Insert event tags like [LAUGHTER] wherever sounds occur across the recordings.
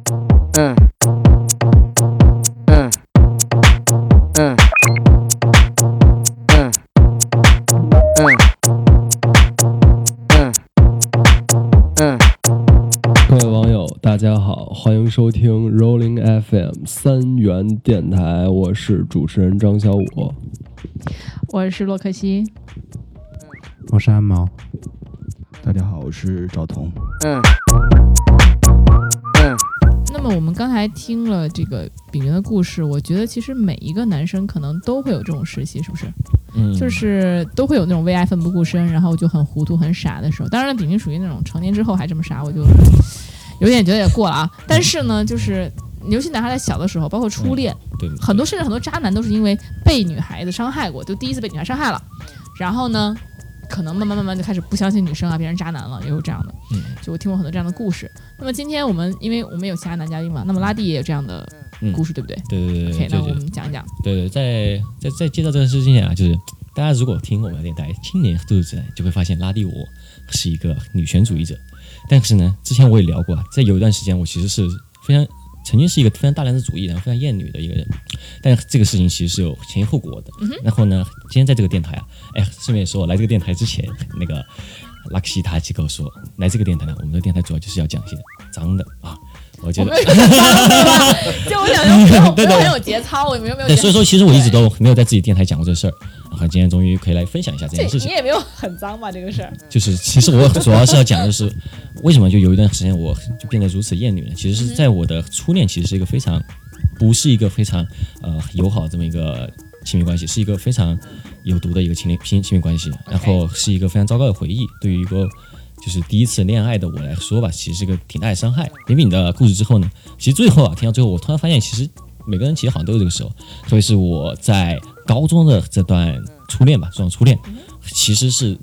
嗯嗯嗯嗯嗯嗯嗯各位网友，大家好，欢迎收听 Rolling FM 三元电台，我是主持人张小五。我是洛克西，我是安毛，大家好，我是赵彤。嗯嗯那么我们刚才听了这个炳云的故事，我觉得其实每一个男生可能都会有这种时期，是不是？嗯就是都会有那种为爱奋不顾身，然后就很糊涂、很傻的时候。当然了，炳云属于那种成年之后还这么傻，我就有点觉得也过了啊。嗯但是呢，就是尤其男孩在小的时候，包括初恋，嗯对，很多甚至很多渣男都是因为被女孩子伤害过，就第一次被女孩伤害了，然后呢，可能慢慢慢慢就开始不相信女生啊，变成渣男了，也有这样的。嗯就我听过很多这样的故事。那么今天我们因为我们有其他男嘉宾嘛，那么拉蒂也有这样的嗯故事，对不对对对对？OK，对那对我们讲一讲。对对，在在在介绍这件事情前啊，就是大家如果听我们的电台青年都市就会发现拉蒂我是一个女权主义者，但是呢，之前我也聊过啊，在有一段时间我其实是非常曾经是一个非常大男子主义，然后非常厌女的一个人，但这个事情其实是有前因后果嗯的。然后呢，今天在这个电台啊，哎，顺便说，我来这个电台之前，那个拉克西他去跟我说，来这个电台呢，我们的电台主要就是要讲一些脏的啊，我觉我得没有就我想说，不用不对对用很有节操，我也没有没有节对，操所以。说其实我一直都没有在自己电台讲过这事儿，然后今天终于可以来分享一下这这件事你情。也没有很脏吧？这个事儿，就是其实我主要是要讲的是，为什么就有一段时间我就变得如此厌女呢？其实是在我的初恋，其实是一个非常不是一个非常呃友好的这么一个亲密关系，是一个非常有毒的一个亲密亲亲密关系，然后是一个非常糟糕的回忆，对于一个。就是第一次恋爱的我来说吧，其实是一个挺大的伤害。李敏的故事之后呢，其实最后啊，听到最后，我突然发现，其实每个人其实好像都有这个时候，特别是我在高中的这段初恋吧，这段初恋，其实是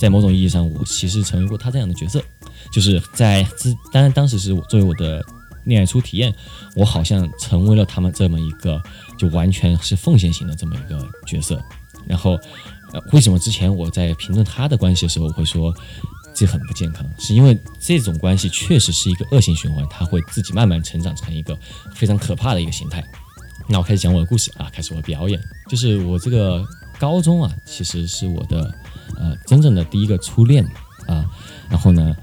在某种意义上，我其实成为过他这样的角色，就是在自当然当时是我作为我的恋爱初体验，我好像成为了他们这么一个就完全是奉献型的这么一个角色。然后，呃，为什么之前我在评论他的关系的时候，我会说这很不健康？是因为这种关系确实是一个恶性循环，它会自己慢慢成长成一个非常可怕的一个形态。那我开始讲我的故事啊，开始我的表演，就是我这个高中啊，其实是我的呃真正的第一个初恋啊。然后呢，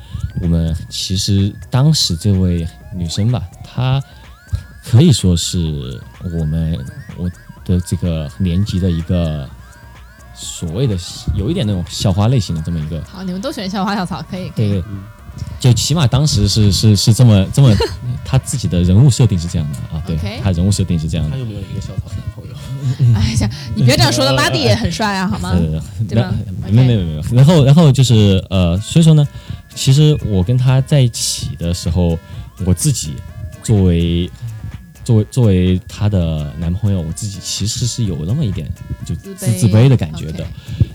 我们其实当时这位女生吧，她可以说是我们我的这个年级的一个所谓的有一点那种校花类型的这么一个，好，你们都选校花校草，可以可对以。对，就起码当时是是是这么这么， [LAUGHS] 她自己的人物设定是这样的啊，对 OK 她人物设定是这样的他。有没有一个校草男朋友？哎呀，你别这样说的，拉蒂也很帅啊，好吗？呃，对吧那没没没没，然后然后就是呃，所以说呢，其实我跟他在一起的时候，我自己作为作为作为他的男朋友，我自己其实是有那么一点就自自卑自卑的感觉的 OK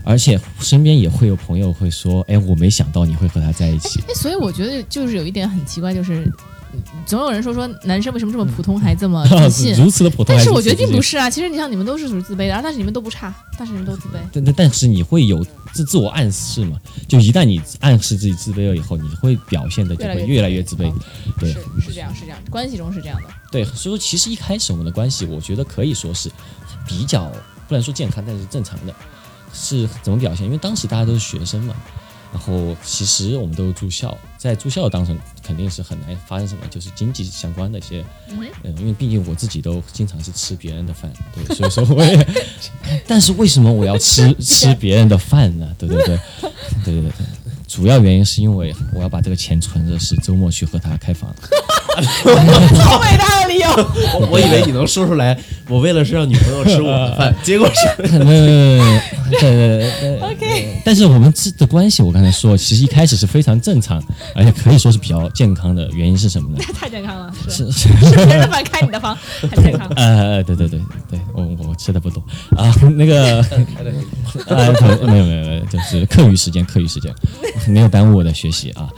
而且身边也会有朋友会说，哎，我没想到你会和他在一起。哎，所以我觉得就是有一点很奇怪，就是嗯总有人说说男生为什么这么普通还这么自信， [LAUGHS] 如此的普通，啊但是我觉得并不是是啊。其实你像你们都是属于自卑的，啊但是你们都不差，但是你们都自卑。自信。但但但是你会有自自我暗示嘛？就一旦你暗示自己自卑了以后，你会表现的就会越来越自卑。对是是这样，是这样，关系中是这样的。对，所以说其实一开始我们的关系，我觉得可以说是比较不能说健康，但是正常的，是怎么表现？因为当时大家都是学生嘛，然后其实我们都是住校，在住校当中肯定是很难发生什么，就是经济相关的一些，嗯哼嗯，因为毕竟我自己都经常是吃别人的饭，对，所以说我也，但是为什么我要吃吃别人的饭呢？对对对，对对对。主要原因是因为我要把这个钱存着，是周末去和他开房。好伟大的理 [LAUGHS] 由，我我以为你能说出来，我为了是让女朋友吃我的饭，结果是没有没有没有没有对对对 [LAUGHS] OK。但是我们这的关系，我刚才说，其实一开始是非常正常，而且可以说是比较健康的。原因是什么呢？太健康了，是是是 [LAUGHS] 是别人的饭开你的 [LAUGHS] 房，太健康了。呃，对对对对，我我吃的不多啊，那个呃，没有没有没有，就是课余时间，课余时间没有耽误我的学习啊，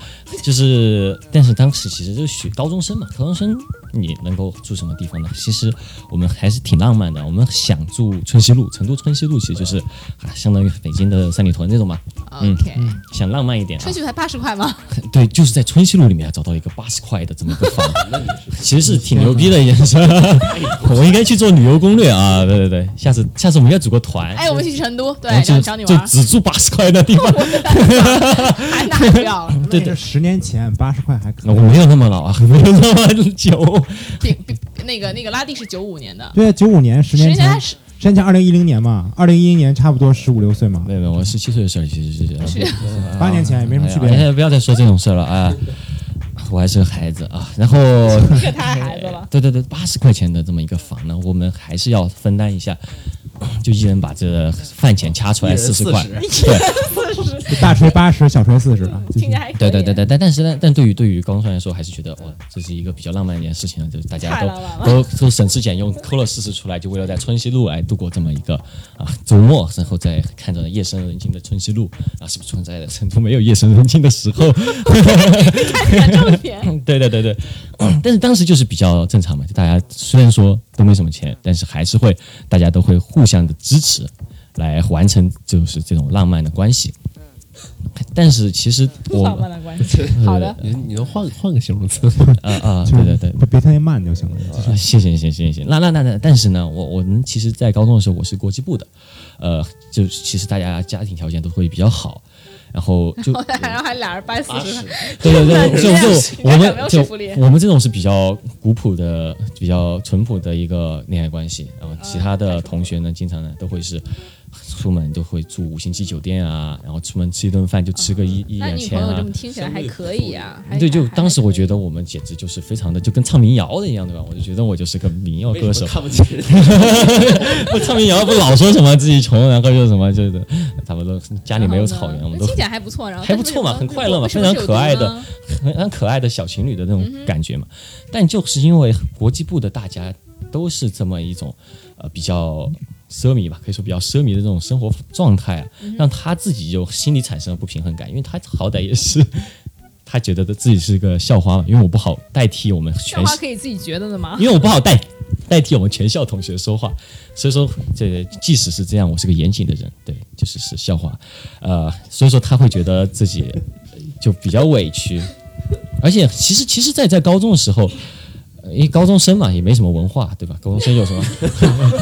就是但是当时其实就是学高中生嘛，高中生你能够住什么地方呢？其实我们还是挺浪漫的，我们想住春熙路，成都春熙路其实就是啊，相当于北京的三里屯这种嘛，嗯 OK，想浪漫一点、啊春。熙路才八十块吗？ [LAUGHS] 对，就是在春熙路里面找到一个八十块的这么一个 [LAUGHS] 房，其实是挺牛逼的一件事。 [LAUGHS] 我应该去做旅游攻略啊！对对对，下次下次我们要组个团，哎，我们一起去成都，对，然后就找你玩就，只住八十块的 [LAUGHS] 地方。还哎那还不 [LAUGHS] 要了，对这对，十年前八十块还可我以。没有那么老啊， [LAUGHS] 没有那么久。比比比那个那个拉蒂是九五年的，对啊，九五年，十十年年前前，是十年前二零一零年嘛，二零一零年差不多十五六岁嘛没，有没有，我十七岁的时候其实是是八年前也没什么区 [LAUGHS] 哎别。呀不要再说这种事儿了啊！我还是个孩子啊，然后这太孩子 [LAUGHS] 了。对对对，八十块钱的这么一个房呢，我们还是要分担一下，就一人把这饭钱掐出来四十块。对大锤八十，小锤四十，啊听着还可以啊对对对对，但但是呢，但对于对于高中生来说，还是觉得哇，这是一个比较浪漫的一件事情啊，就是大家太都浪漫了都都省吃俭用，抠了四十出来，就为了在春熙路来哎度过这么一个啊周末，然后再看着夜深人静的春熙路啊，是不是存在的成都没有夜深人静的时 [LAUGHS] 候？看正片， [LAUGHS] 对对对 [CLEARS THROAT] 对，但是当时就是比较正常嘛，就大家虽然说都没什么钱，但是还是会大家都会互相的支持，来完成就是这种浪漫的关系。嗯但是其实我浪漫的关系。好的，哎你你能换换个形容词？啊啊，对对对，别别特别慢就行了。啊，谢谢谢谢谢谢。那那那那，但是呢，我我们其实，在高中的时候我是国际部的，呃，就其实大家家庭条件都会比较好，然 [LAUGHS] 后就后来然后还俩人掰四十块，对对对，哦那就这样就是我应该们没有说服力就我们这种是比较古朴的、比较淳朴的一个恋爱关系。然后其他的同学呢，经常呢都会是出门都会住五星级酒店啊，然后出门吃一顿饭就吃个一嗯一那两女千朋友啊这么。听起来还可以啊。还对，就还当时我觉还得我们简直就是非常的，就跟唱民谣的一样，对吧？我就觉得我就是个民谣歌手，看不起人 [LAUGHS] 家， [LAUGHS] 不唱民谣不老说什么自己穷，然后又什么就是，差不多家可以里没有然后草呢原，我们那都听起来还不错，然后还不错嘛但是很快乐嘛为什么非常可爱的。很 [LAUGHS] 很可爱的小情侣的那嗯种感觉嘛。但就是因为国际部的大家都是这么一种呃比较奢靡吧，可以说比较奢靡的这种生活状态啊，嗯让他自己就心里产生了不平衡感，因为他好歹也是。 [LAUGHS] 他觉得的自己是个校花嘛，因为我不好代替我们校全花可以自己觉得的吗？ [LAUGHS] 因为我不好代代替我们全校同学说话，所以说这即使是这样，我是个严谨的人，对，就是是校花，呃，所以说他会觉得自己呃就比较委屈，而且其实其实在在高中的时候。呃因为高中生嘛，也没什么文化，对吧？高中生有什么？ [LAUGHS]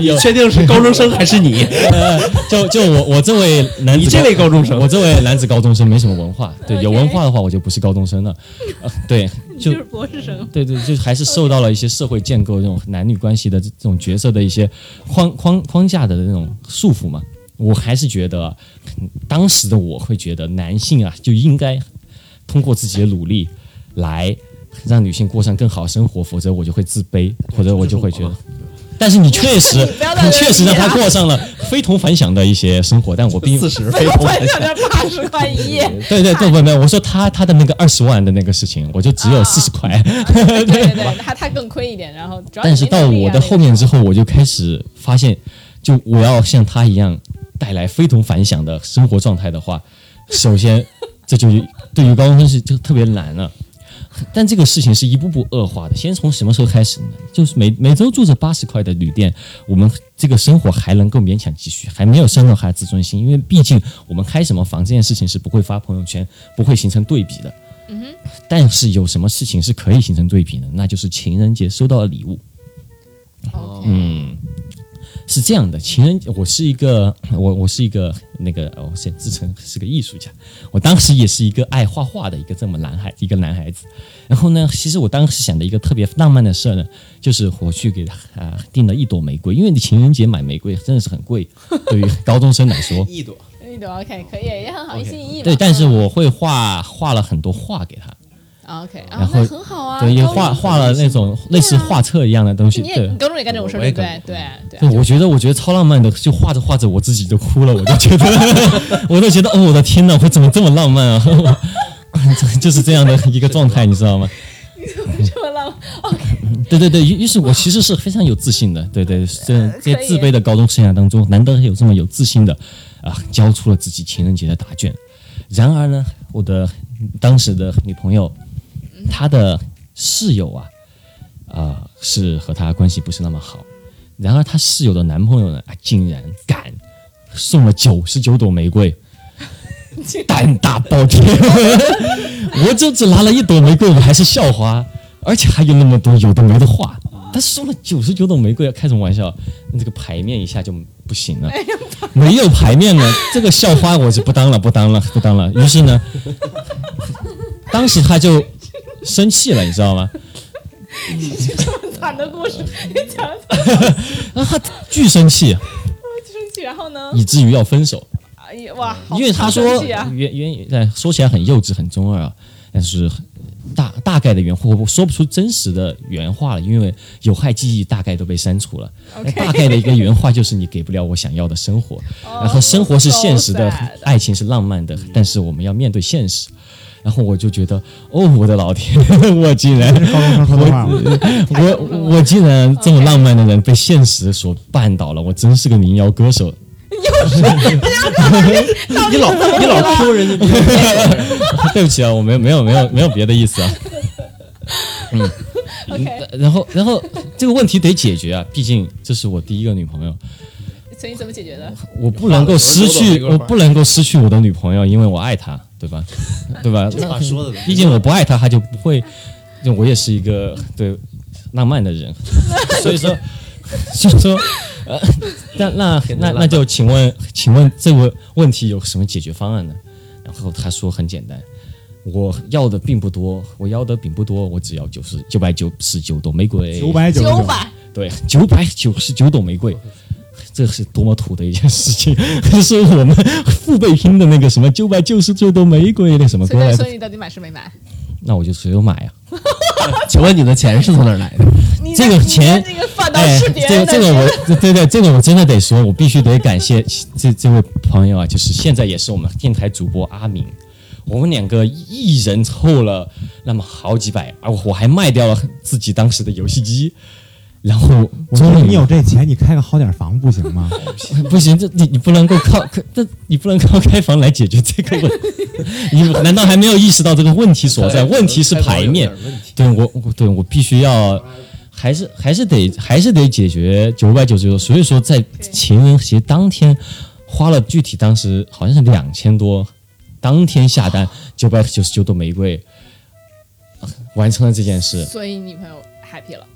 有确定是高中生还是你？ [LAUGHS] 就就我我这位男子，你这位高中生我这位男子高中生没什么文化，对，有文化的话我就不是高中生了，呃对，[LAUGHS] 就就是博士生，对对，就是还是受到了一些社会建构这种呃男女关系的这这种角色的一些框框框架的那种束缚嘛。我还是觉得，嗯当时的我会觉得男性啊就应该通过自己的努力来让女性过上更好的生活，否则我就会自卑，否则我就会觉得。但是你确实，你不要再你确实让他惹你过上了非同凡响的一些生活，但我并四十非我想着八十块一 [LAUGHS] 夜，对对对，不不，我说他他的那个二十万的那个事情，我就只有四十块。对对对，他他更亏一点，然后主要但是你没到能力我啊的后面之后，我就开始发现，就我要像他一样带来非同凡响的生活状态的话，[LAUGHS] 首先这就对于高中生是就特别难了。但这个事情是一步步恶化的。先从什么时候开始呢？就是每每周住着八十块的旅店，我们这个生活还能够勉强继续，还没有伤到他的自尊心，因为毕竟我们开什么房这件事情是不会发朋友圈，不会形成对比的。嗯但是有什么事情是可以形成对比的？那就是情人节收到的礼物。 OK 嗯，是这样的，情人，我是一个， [COUGHS] 我我是一个那个，呃我先自称是个艺术家，我当时也是一个爱画画的一个这么男孩，一个男孩子。然后呢，其实我当时想的一个特别浪漫的事儿呢，就是我去给他啊、订了一朵玫瑰，因为你情人节买玫瑰真的是很 [LAUGHS] 贵，对于高中生来说。一朵，一朵哎 OK 可以也很好，一心一意嘛。对，但是我会画画了很多画给他，啊 OK 啊，然后那很好啊，对，也高中画画了那种类似画册一样的东西，你也对你。高中也干这种事儿我对也不对？对对对，啊，我觉得我觉得超浪漫的，就画着画着我自己就哭了，我就觉得， [LAUGHS] 我就觉得，哦，我的天呐，我怎么这么浪漫啊？ [LAUGHS] 就是这样的一个状态，你知道吗？这么浪漫对对对，于于是我其实是非常有自信的，对对，这在呃可以自卑的高中生涯当中，难得有这么有自信的啊，交出了自己情人节的答卷。然而嗯呢，我的当时的女朋友，她的室友啊，呃，是和她关系不是那么好。然而她室友的男朋友呢，啊竟然敢送了九十九朵 [LAUGHS] 玫瑰，胆大包天！我就只拿了一朵玫瑰，我还是校花，而且还有那么多有的没的话。他送了九十九朵玫瑰，开什么玩笑？那这个牌面一下就不行了，哎 [LAUGHS] 没有牌面 [LAUGHS] 了，这个校花我是不当了，不当了，不当了。于 [LAUGHS] 是呢，当时他就生气了，你知道吗？惨的故事，你讲的然啊后他巨生气，生气，然后呢？以至于要分手。哎呀哇，好嗯因为他好说嗯生气啊原原在说起来很幼稚很中二啊，但是很大大概的原话我说不出真实的原话了，因为有害记忆大概都被删除了。 OK 哦大概的一个原话就是你给不了我想要的生活，然后生活是现实的 so sad，嗯爱情是浪漫的，但是我们要面对现实。然后我就觉得，哦，我的老天， [LAUGHS] 我竟然高中生说的话吗？我我竟然这么浪漫的人被现实所绊倒了，我真是个民谣歌手。 [LAUGHS] 你老你老 Q 人家，对不起啊，我没有没有没有没有别的意思啊。 OK，嗯然后然后这个问题得解决啊， [LAUGHS] 毕竟这是我第一个女朋友，所以你怎么解决的？我不能够失去，我不能够失去我的女朋友，因为我爱她，对吧？对吧？这话说的，毕竟我不爱她，她就不会。就我也是一个对浪漫的人，所以说，所以说，呃，那那那那就请问，请问这个问题有什么解决方案呢？然后他说很简单，我要的并不多，我要的并不多，我只要九十九百九十九朵玫瑰，九百九十九九，百，对，九百九十九朵玫瑰，这是多么土的一件事情！ [LAUGHS] 就是我们父辈拼的那个什么九百九十九朵玫瑰那什么歌所以来那着所？以你到底买是没买？那我就随手买啊。 [LAUGHS] 请问你的钱是从哪儿来的？你这个你钱这个 [LAUGHS] 放到哎是，别这人的个这个我对对对，这个我真的得说，我必须得感谢这这位朋友啊，就是现在也是我们电台主播阿明。我们两个一人凑了那么好几百，而我还卖掉了自己当时的游戏机，然后我觉得你有这钱，你开个好点房不行吗？ [LAUGHS] 不行，这你你不能够靠，可这你不能靠开房来解决这个问题。你难道还没有意识到这个问题所在？问题是牌面。对我，我对我必须要，还是还是得还是得解决九百九十九。所以说，在情人节当天花了具体当时好像是两千多，当天下单九百九十九朵玫瑰，完成了这件事。所以女朋友 happy 了。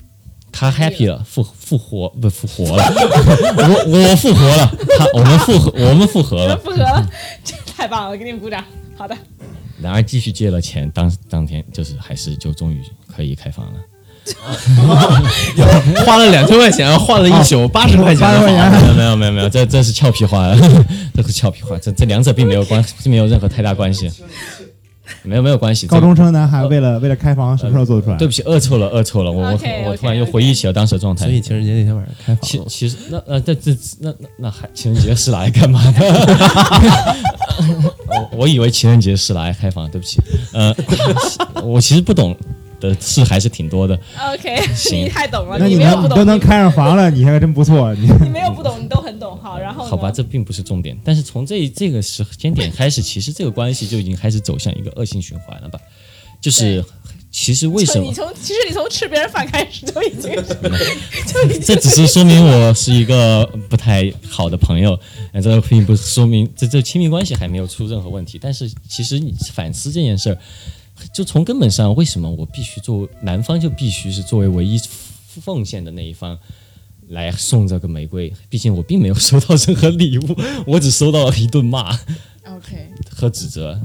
他 happy 了，复复活不复活了， [LAUGHS] 我我复活了，他我们复合我们复合了。不合了，这太棒了，给你们鼓掌。好的，然而继续借了钱，当当天就是还是就终于可以开 [LAUGHS] 房了。花了两千块钱，换了一宿啊八十块钱的房，没有没有没有没有，这这是俏皮话， [LAUGHS] 这是俏皮话，这这两者并没有关，并没有任何太大关系，没有没有关系。这高中生男孩为了为了开房，什么时候做得出来？对不起，恶臭了恶臭了，我我 OK，OK，我突然又回忆起了当时的状态所。以情人节那天晚上开其房了。其实那那这这那那那还情人节是来干嘛的？ [LAUGHS] 我我以为情人节是来开房，对不起，呃， [LAUGHS] 我其实不懂的事还是挺多的。 OK，行你太懂了，那你没有能不你懂，都能你开上房了，你还真不错。你你没有不懂，你都很懂。好，然后呢好吧，这并不是重点，但是从这这个时间点开始，其实这个关系就已经开始走向一个恶性循环了吧？就是其实为什就么你从其实你从吃别人饭开始就已经 [LAUGHS] 是就已经 [LAUGHS] 这只是说明我是一个不太好的朋友，呃，这并不是说明这这亲密关系还没有出任何问题。但是其实你反思这件事儿，就从根本上，为什么我必须作为男方就必须是作为唯一奉献的那一方来送这个玫瑰？毕竟我并没有收到任何礼物，我只收到了一顿骂 OK，和指责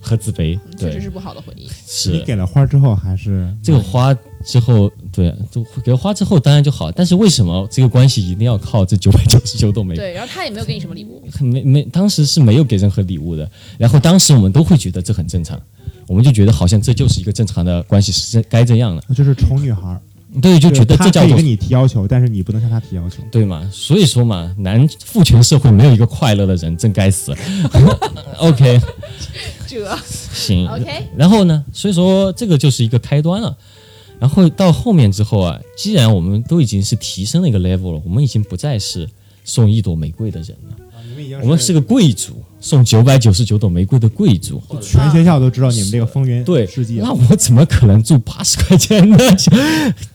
和自卑。嗯确实对，是不好的回忆。你是给了花之后还是这个花之后，对，就给了花之后当然就好，但是为什么这个关系一定要靠这九百九十九朵玫瑰？对，然后他也没有给你什么礼物，没没，当时是没有给任何礼物的。然后当时我们都会觉得这很正常，我们就觉得好像这就是一个正常的关系，是该这样的。就是宠女孩儿，对，就就觉得这他叫可以做跟你提要求，但是你不能向他提要求。对嘛？所以说嘛，男父权社会没有一个快乐的人，真该死。OK， [LAUGHS] 这嗯行 OK 然后呢，所以说这个就是一个开端了。然后到后面之后啊，既然我们都已经是提升了一个 level 了，我们已经不再是送一朵玫瑰的人了。们已经我们是个贵族，送九百九十九朵玫瑰的贵族。全学校都知道你们这个风云对世，界那。我怎么可能住八十块钱的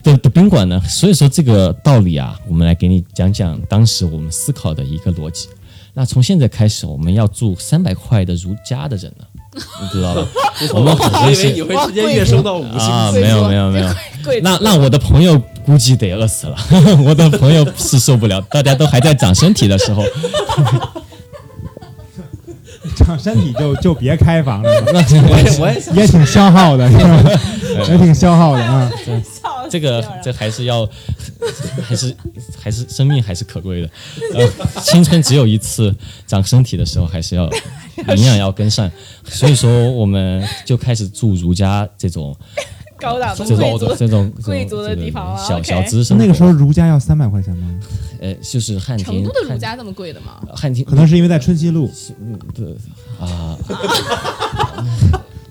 的的宾馆呢？所以说这个道理啊，我们来给你讲讲当时我们思考的一个逻辑。那从现在开始，我们要住三百块的如家的人了，你知道吧？我们很我危以为你险会直接跃升到五星。啊！贵没有族没有没有，贵 [LAUGHS] 族那那我的朋友估计得饿死了， [LAUGHS] 我的朋友是受不了，大家都还在长身体的 [LAUGHS] 时候，长身体 [LAUGHS] 就就别开房了，那我也我也想，也挺消耗 [LAUGHS] 的，是吧？也挺消耗的啊。这个这还是要， [LAUGHS] 还是还是生命还是可贵的，呃，青春只有一次，长身体的时候 [LAUGHS] 还是要营养要跟上，所以说我们就开始住儒家这种高档的这种啊贵这族种这种贵族的这个地方了啊小 OK 小资生活那个时候儒家要三百块钱吗？呃就是汉成庭都的儒家这么贵的吗？汉汉庭嗯可能是因为在春熙路，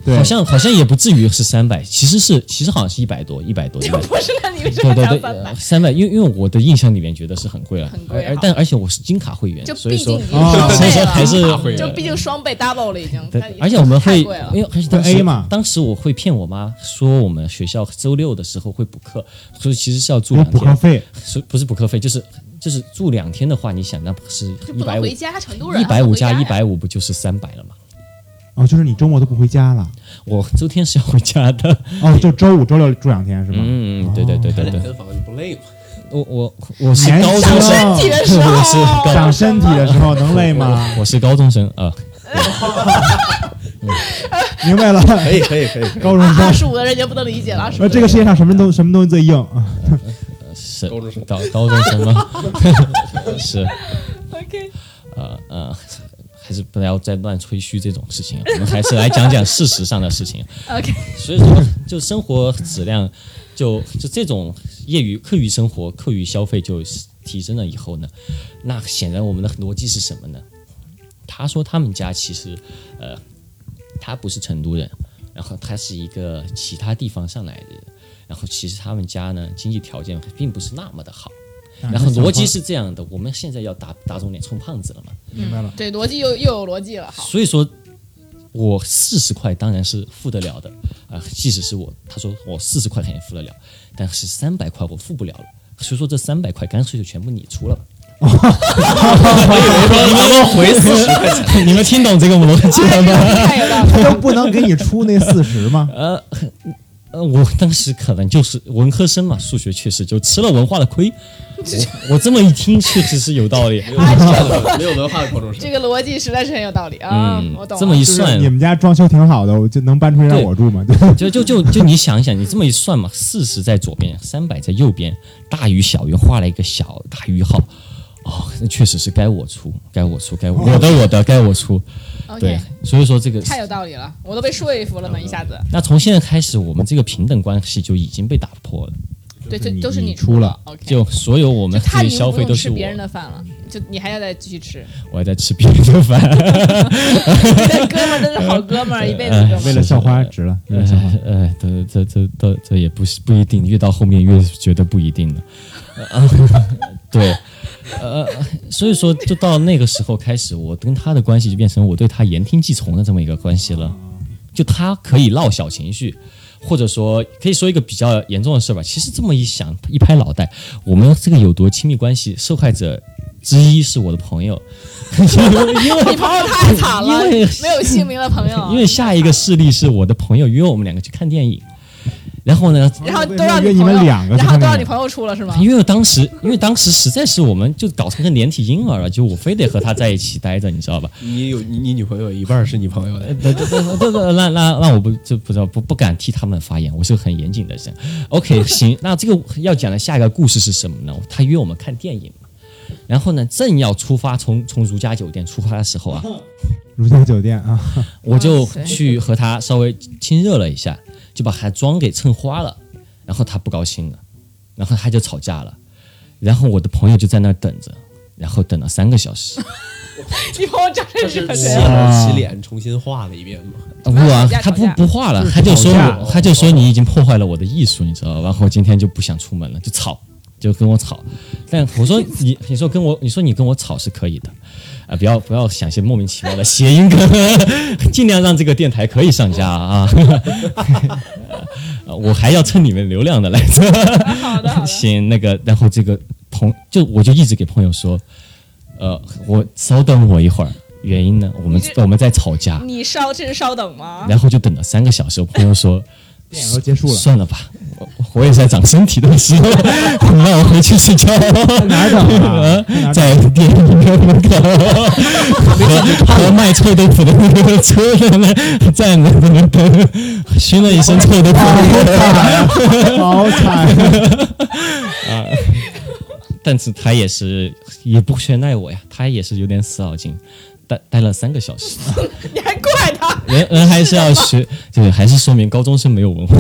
对好像好像也不至于是三百，其实是其实好像是一百多一百多一百多。不是，那你为什对么对要对，三百呃？三百，因为因为我的印象里面觉得是很贵了，很贵啊而而但而且我是金卡会员就，所以毕说竟已经啊双哦所以倍说了，还是就毕竟双倍 double 了已经。对那已，经而且我们会太贵了，因为而且当时 A 嘛当时我会骗我妈说我们学校周六的时候会补课，所以其实是要住有两补课天，费，是不是补课费？就是就是住两天的话，你想那不是就一不百能五回家，成都人一百五加一150百五不就是三百了吗？哦，就是你周末都不回家 [LAUGHS] 了，我周天是要回家的，哦，就周五、周六住两天是吗？嗯，嗯对对对开对两对，间房你不累吗？我我我是年高轻中生，的时候我是高长身体的时候能累吗？ [LAUGHS] 我是高中生啊，明白了，哎可哎以可以可以，高中啊二啊生。十五的人就不能理解了，二十呃，五。这个世界上什么东什么东西最硬啊？是高中生高高中生吗？ [LAUGHS] 是 OK 呃呃，还是不要再乱吹嘘这种事情，我们还是来讲讲事实上的事情。 OK，所以说，就生活质量，就就这种业余课余生活、课余消费就提升了以后呢，那显然我们的逻辑是什么呢？他说他们家其实，呃，他不是成都人，然后他是一个其他地方上来的人，然后其实他们家呢经济条件并不是那么的好。嗯然后逻辑是这样的，我们现在要打打肿脸充胖子了嘛，明白了，对逻辑又又有逻辑了，好，所以说，我四十块当然是付得了的啊、即使是我，他说我四十块钱也付得了，但是三百块我付不了了。所以说这三百块干脆就全部你出 [LAUGHS] 了吧。能不能回四十块钱？你们听懂这个逻 [LAUGHS] 辑了吗？太有道理。都不能给你出那四十吗？ [LAUGHS] 呃，我当时可能就是文科生嘛，数学确实就吃了文化的亏。我我这么一听，确实是有道理。 [LAUGHS] 没有文化的高中生这，个逻辑实在是很有道理 [LAUGHS] 啊，嗯我懂，了。这么 [LAUGHS] 一就是算，你们家装修挺好的，我就能搬出去让我住吗？对就就就就你想一想，你这么一算嘛，四十在左边，三百在右边，大于小于画了一个小大于号，哦，那确实是该我出，该我出，该我我的我的该我出，对 OK，所以说这个，太有道理了，我都被说服了嗯呢，一下子。那从现在开始，我们这个平等关系就已经被打破了，对，就是就你都是你出出了，OK。就所有我就们他自已己经消不费用都吃是我，别人的饭了，就你还要再继续吃。我还在吃别人的饭，这哥们儿真是好哥 [LAUGHS] 们儿，一辈子哎哥 [LAUGHS] 们儿。为了校花值了，为了校花。呃，这这这这这也不是不一定，越到后面越觉得不一定了。呃、 [LAUGHS] 对，呃，所以说就到那个时候开始，我跟他的关系就变成我对他言听计从的这么一个关系了。就他可以闹小情绪，或者说可以说一个比较严重的事吧。其实这么一想，一拍脑袋，我们这个有多亲密关系，受害者之一是我的朋友， [LAUGHS] 因为你朋友太惨了，因为没有姓名的朋友。因为下一个事例是我的朋友约我们两个去看电影，然后呢，嗯然后都让约你朋们友，两个去然后看都让电你影，朋友出了是吗？ [LAUGHS] 因为当时，因为当时实在是我们就搞成个连体婴儿了，就我非得和他在一起待着，你知道吧？你有你你女朋友有一半是你朋友的， [LAUGHS] 对对对对对，那那那我不就不知道不不敢替他们发言，我是很严谨的人。OK，行， [LAUGHS] 那这个要讲的下一个故事是什么呢？他约我们看电影嘛，然后呢，正要出发从从如家酒店出发的时候啊，如家酒店啊，我就哇塞去和他稍微亲热了一下，就把他妆给蹭花了，然后他不高兴了，然后他就吵架了，然后我的朋友就在那儿等着，然后等了三个小时，你朋友真他是哎是个洗人。了洗脸重新画了一遍吗？我么啊吵架他不吵架不画了，他就说吵架我他就说你已经破坏了我的艺术，你知道吧？然后今天就不想出门了，就 [LAUGHS] 吵，就跟我吵。但我说你你说跟我你说你跟我吵是可以的，啊，不要不要想一些莫名其妙的谐音梗， [LAUGHS] 尽量让这个电台可以上架啊。 [LAUGHS] 啊我还要蹭你们流量的来着。 [LAUGHS] 好的好的， [LAUGHS] 行，那个，然后这个朋就我就一直给朋友说，呃，我稍等我一会儿，原因呢，我们你这我们在吵架，你稍这是稍等吗？然后就等了三个小时，我朋友说。电影都结束啊了，算了吧，我我也是在长身体的时候，让我回去睡觉。哪儿整 [LAUGHS] 啊？在哪儿整在电影院门口和和卖臭豆腐的那个车的那站着那个熏了一身臭豆腐， [LAUGHS] 好惨！但是他也是也不全赖我呀，他也是有点死脑筋，待待了三个小时，你还怪他？人人还是要学， [LAUGHS] 对，还是说明高中生没有文化，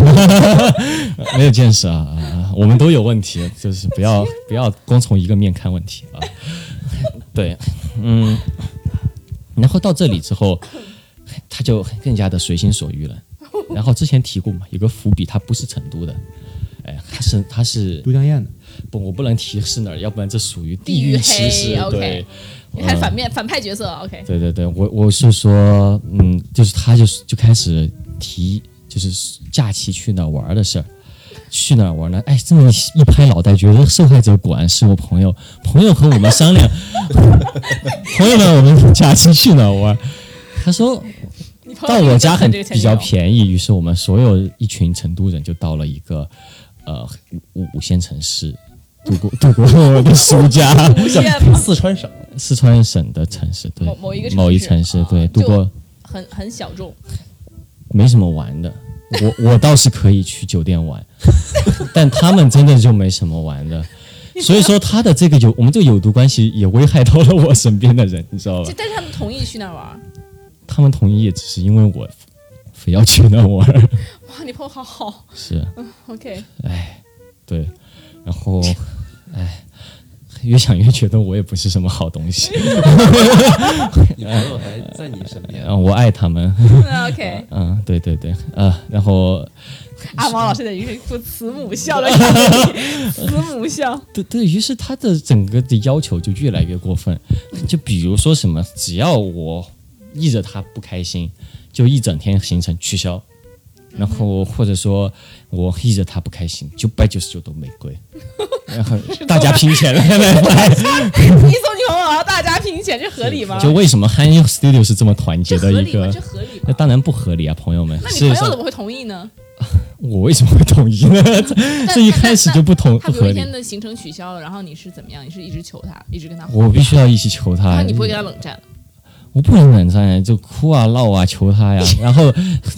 [LAUGHS] 没有见识啊啊！我们都有问题，就是不要不要光从一个面看问题啊。 [LAUGHS] 对，嗯，然后到这里之后，他就更加的随心所欲了。然后之前提过嘛，有个伏笔，他不是成都的，哎，他是他是都江堰的，不，我不能提是哪儿，要不然这属于地域域黑歧视。 ，OK 对，你还嗯反面反派角色？OK，对对对，我我是说，嗯，就是他就是就开始提，就是假期去哪儿玩儿的事儿，去哪儿玩儿呢？哎，这么一拍脑袋，觉得受害者果然是我朋友。朋友和我们商量， [LAUGHS] 朋友呢，我们假期去哪儿玩儿？他说你朋友到我家很这个前比女较友便宜，于是我们所有一群成都人就到了一个呃五五线城市。度过度过我的暑假， [LAUGHS] [LAUGHS] 无限嘛，四川省四川省的城市，对某某一个城市嗯啊某一城市，对度就过很很小众。没什么玩的。我我 [LAUGHS] 倒是可以去酒店玩， [LAUGHS] 但他们真的就没什么玩的。所以说他的这个有我们这个有毒关系也危害到了我身边的人，你知道吧就？但是他们同意去那儿玩儿。他们同意也只是因为我非要去那玩儿，哇，你朋友好好是 [LAUGHS] ，OK，对。然后，哎，越想越觉得我也不是什么好东西。你朋友还在你身边，嗯，我爱他们。嗯 OK。嗯，对对对，呃，然后阿毛老师的于是一副慈母笑的感 [LAUGHS] 觉，慈母笑。对对于是他的整个的要求就越来越过分，就比如说什么，只要我依着他不开心，就一整天行程取嗯消，然后或者说我依着他不开心，九百九十九朵玫 [LAUGHS] 瑰，然后大家拼钱来来来，你送女朋友，然后大家拼钱，这合理吗？ [LAUGHS] 就为什么 h a n y Studio 是这么团结这合的一理吗？个这？合理那吗？当然不合理啊，朋友们。那你事朋实友怎上，么会同意呢？我为什么会同意呢？ [LAUGHS] 那这一开始就不同他不比如合一理天。的行程取消了，然后你是怎么样？你是一直求他，一直跟他，我必须要一起求他。然后你不会跟他冷战，我不能冷战，就哭啊闹啊求他 [LAUGHS] 呀，然后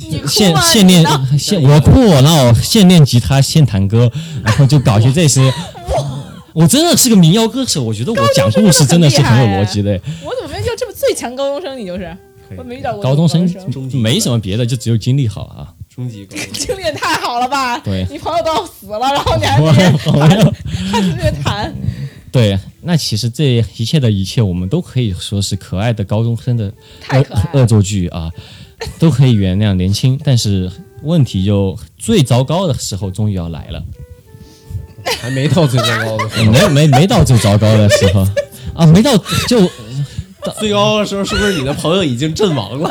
你哭啊现现你练闹 [LAUGHS] 现我哭我闹，现练吉他现弹歌，然后就搞些这些。我真的是个民谣歌手，我觉得我讲故事真的是很有逻辑的。我怎么没遇到这么最强高中生？你就是，我没遇到过高中中生中级没什么别的，就只有经历好 [LAUGHS] 啊。中级高中经历也太好了吧？对你朋友都要死了，然后你还在这我我边在这谈， [LAUGHS] 对，那其实这一切的一切，我们都可以说是可爱的高中生的太可爱恶了。作剧啊，都可以原谅年轻。但是问题就最糟糕的时候终于要来了。还没到最高的 [LAUGHS] 时候，没没没到最糟糕的时候啊，没到就最高的时候是不是你的朋友已经阵亡了？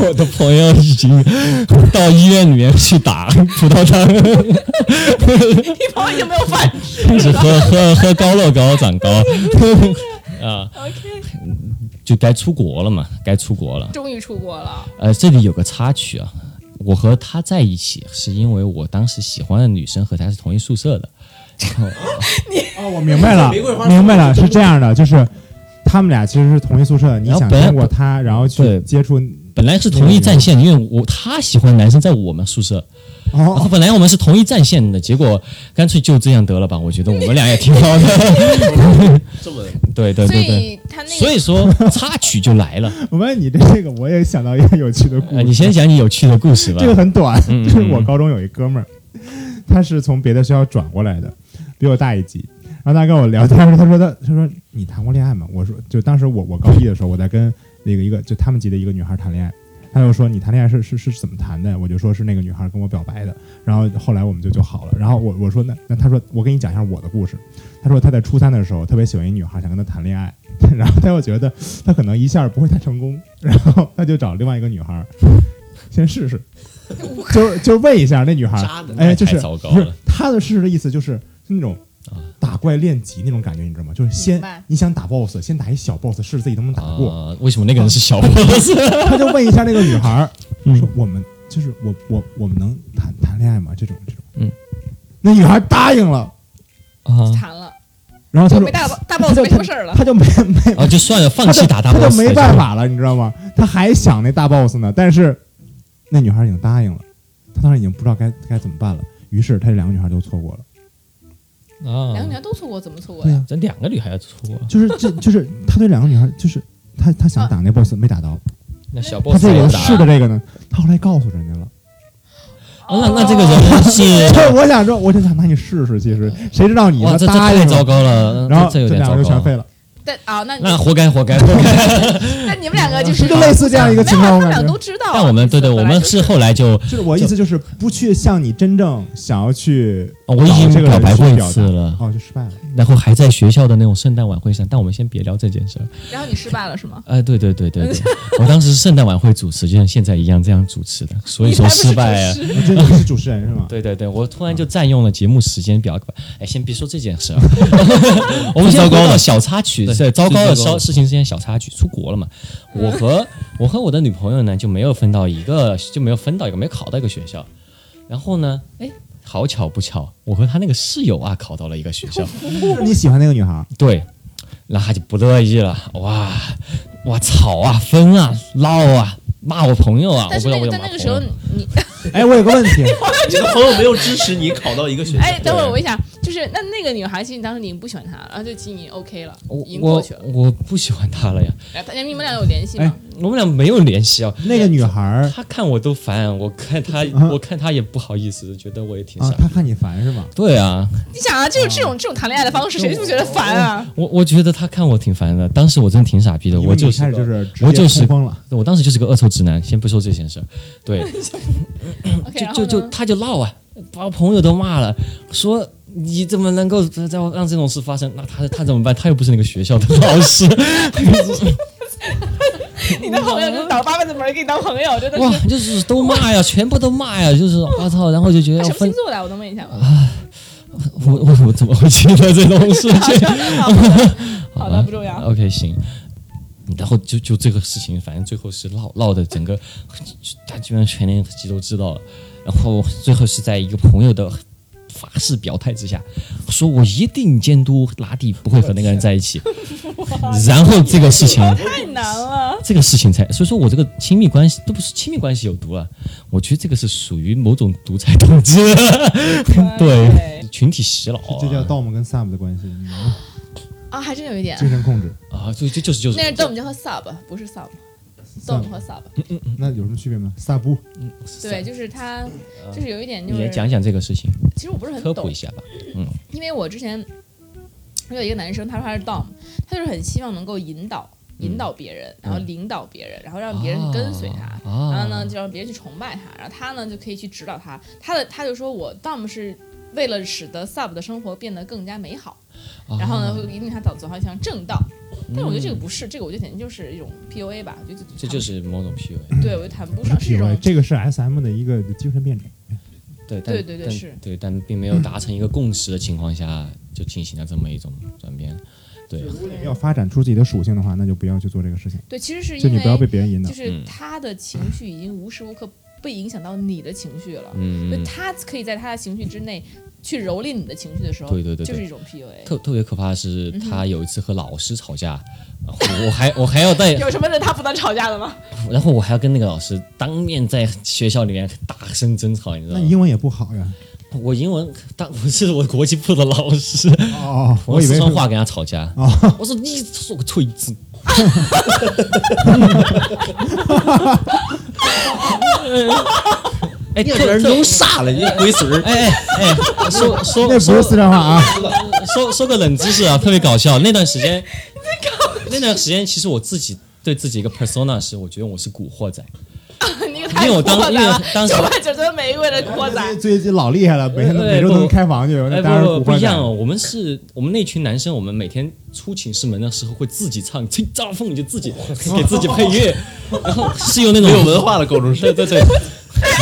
我的朋友已经到医院里面去打葡萄糖，你朋友已经没有饭吃开始喝喝喝高乐高 [LAUGHS] 长高啊， ，OK，就该出国了嘛，该出国了。终于出国了。呃，这里有个插曲啊，我和他在一起是因为我当时喜欢的女生和他是同一宿舍的，哦，我明白了玫瑰花，明白了，是这样的，就是他们俩其实是同一宿舍的，你然后想本来通过他，然后对去接触，本来是同一战线，因为我他喜欢男生在我们宿舍，然后哦，本来我们是同一战线的，结果干脆就这样得了吧，我觉得我们俩也挺好的。 [LAUGHS] 这么对对所对对。以他那个，所以说插曲就来了。我问你这个，我也想到一个有趣的故事，呃，你先讲你有趣的故事吧这。个很短，嗯嗯嗯就是我高中有一哥们儿，他是从别的学校转过来的，比我大一级。然后他跟我聊天，他说他他说你谈过恋爱吗？我说就当时我我高一的时候，我在跟那个一个就他们级的一个女孩谈恋爱，他就说你谈恋爱是是是怎么谈的？我就说是那个女孩跟我表白的，然后后来我们就就好了。然后我我说那那他说我给你讲一下我的故事，他说他在初三的时候特别喜欢一女孩，想跟她谈恋爱， [LAUGHS] 然后他又觉得他可能一下不会太成功， [LAUGHS] 然后他就找另外一个女孩儿先试试，就就问一下那女孩儿，渣男哎，就太是糟糕不是了他的试试的意思就是那种啊打怪练级那种感觉，你知道吗？就是明先白你想打 boss，先打一小 boss，试试自己能不能打过。啊，为什么那个人是小 boss？他就问一下那个女孩 [LAUGHS] 儿，嗯说我们就是我我我们能谈谈恋爱吗？这种这种，嗯，那女孩答应了，啊，惨了，然后他就说没 [LAUGHS] 大 boss，大他 boss 就没什么事儿了。他就没没啊，就算了，放他弃就打大他 boss，就没办法了，你知道吗？他还想那大 boss 呢，但是那女孩已经答应了，他当时已经不知道该该怎么办了，于是他这两个女孩都错过了。啊两个，女孩都错过，怎么错过对呀？呀、这两个女孩子错啊，就是这就是他对两个女孩，就是他他想打那 boss 没打到，那小他 boss 这也个打试的这个呢，他后来告诉人家 [LAUGHS] 了。啊，那那这个人是 [LAUGHS] 对，我想说，我就想拿你试试，其实谁知道你哇，他这这答太应糟了，糕了，然后这这有点两糟个就全糕，废了，但啊，那你那活该活该活 [LAUGHS] 该。那你们两个就是就类似这样一个没情有，他况，我们感俩觉都。知道啊。但我们其实对对，我本来们就是后来就就是我意思就是不去向你真正想要去哦我已经找这个表人白去过一表达次了，哦，就失败了。然后还在学校的那种圣诞晚会上，但我们先别聊这件事儿。然后你失败了是吗？哎，对对对对对，我当时是圣诞晚会主持，就像现在一样这样主持的，所以你才说不是失败啊主。我 [LAUGHS] 觉得你是主持人是吗？对对对，我突然就占用了节目时间表。嗯哎，先别说这件 [LAUGHS] 事啊，我们先糟回糕了到小插曲，对在糟糕的最糟糕稍的事情之间小插曲，出国了嘛。嗯我和我和我的女朋友呢就没有分到一个，就没有分到一个，没有考到一个学校。然后呢，哎，好巧不巧，我和她那个室友啊考到了一个学 [LAUGHS] 校，就是你喜欢那个女 [LAUGHS] 孩，对，然后他就不乐意了，哇，哇吵啊，[LAUGHS] 分啊，闹啊，骂我朋友啊，我但不是知道那为个什但么那个时候骂你哎，我有个问 [LAUGHS] 题，你的朋友没有支持你考到一个学校，哎，等会儿我一下，就是那那个女孩，其实你当时你已经不喜欢她了，然后就其实你 OK 了，已经我过我去了。我不喜欢他了呀，哎，大家你们俩有联系哎吗？我们俩没有联系啊。那个女 [LAUGHS] 孩他看我都烦，我看他，啊我看他也不好意思，觉得我也挺啊傻。，她看你烦是吗？对啊，你想啊，就是这种这种谈恋爱的方式，谁不觉得烦啊？我我觉得他看我挺烦的，当时我真挺傻逼的，因我为你就开是始就个，是我就是直接冲锋了，我当时就是个恶臭直男。先不说这件事儿，对， OK，然后就就就呢他就闹啊，把我朋友都骂了，说你怎么能够在在让这种事发生？那他他怎么办？他又不是那个学校的老 [LAUGHS] 师，你的朋友就是倒八辈子门儿给你当朋友，真的哇是。，就是都骂呀，全部都骂呀，就是我操，然后就觉得他要什么星分，座的啊？我能问一下吗？我 [LAUGHS] 我我怎么会记得这种事情？好的，不重要。 OK，行。然后就就这个事情，反正最后是闹闹的整个， [LAUGHS] 大基本上全年级都知道了。然后最后是在一个朋友的发誓表态之下，说我一定监督拉蒂不会和那个人在 [LAUGHS] 一起。然后这个事情，太难了，这个事情才，所以说我这个亲密关系都不是亲密关系有毒啊，我觉得这个是属于某种独裁 [LAUGHS] 统治，对群体洗脑、啊，这叫 Dom 跟 Sub 的关系，你明白 [LAUGHS] 吗啊，还真有一点。精神控制。啊，就就就是就是那是 dom 叫和 sub，不是 sub，dom 和 sub。那有什么区别吗？萨布对，就是他，就是有一点就你来是，讲讲这个事情，其实我不是很科普懂一，下吧。因为我之前我有一个男生，他说他是 dom，他就是很希望能够引导嗯引导别人，然后领导别人，然后让别哦人跟随他。啊然后呢，就让别人去崇拜他，然后他呢就可以去指导他。他的他就说我 dom 是为了使得 sub 的生活变得更加美好，哦然后呢会引领他走走向一条正道。但是我觉得这个不是，这个我觉得肯定就是一种 PUA 吧，我觉得就嗯这就是嗯某种 PUA，对我就谈不不是上是一 PUA，种这个是 SM 的一个精神变种。对，但对对对但是对，但并没有达成一个共识的情况下，就进行了这么一种转变，对，要发展出自己的属性的话，那就不要去做这个事情，对，其实是就因你为不要被别人引导就。是嗯他的情绪已经无时无刻被影响到你的情绪了，就嗯，他可以在他的情绪之内去蹂躏你的情绪的时候，对对对就对是一种 PUA。特特别可怕的是，嗯他有一次和老师吵架，然后我还我还要带，有什么人他不能吵架的 [LAUGHS] 吗？然后我还要跟那个老师当面在学校里面大声争吵，你知道那吗？英文也不好呀。我英文当我是我国际部的老师，哦， [LAUGHS] 我我以四为川是哦话跟他吵架，我说你说个锤 [LAUGHS] 子。哎，你这人特弄傻了，你这龟孙儿。哎哎哎，说 [LAUGHS] 说那不说是四川话啊。说说个冷知识啊，特别搞笑。那段时 [LAUGHS] 间，那段时间其实我自己对自己一个 persona 是，我觉得我是古惑仔，你个太因为我当扩因为展了当时 [LAUGHS] 九百九十玫瑰的扩 [LAUGHS] 展，最近老厉害了，每天都哎每周不都能开房去，那哎，当然不不不会一样了哦，我们是我们那群男生，我们每天出寝室门的时候会自己唱《青藏风》，就自己给自己配乐，然后是用那种没有文化的高中生，对对对，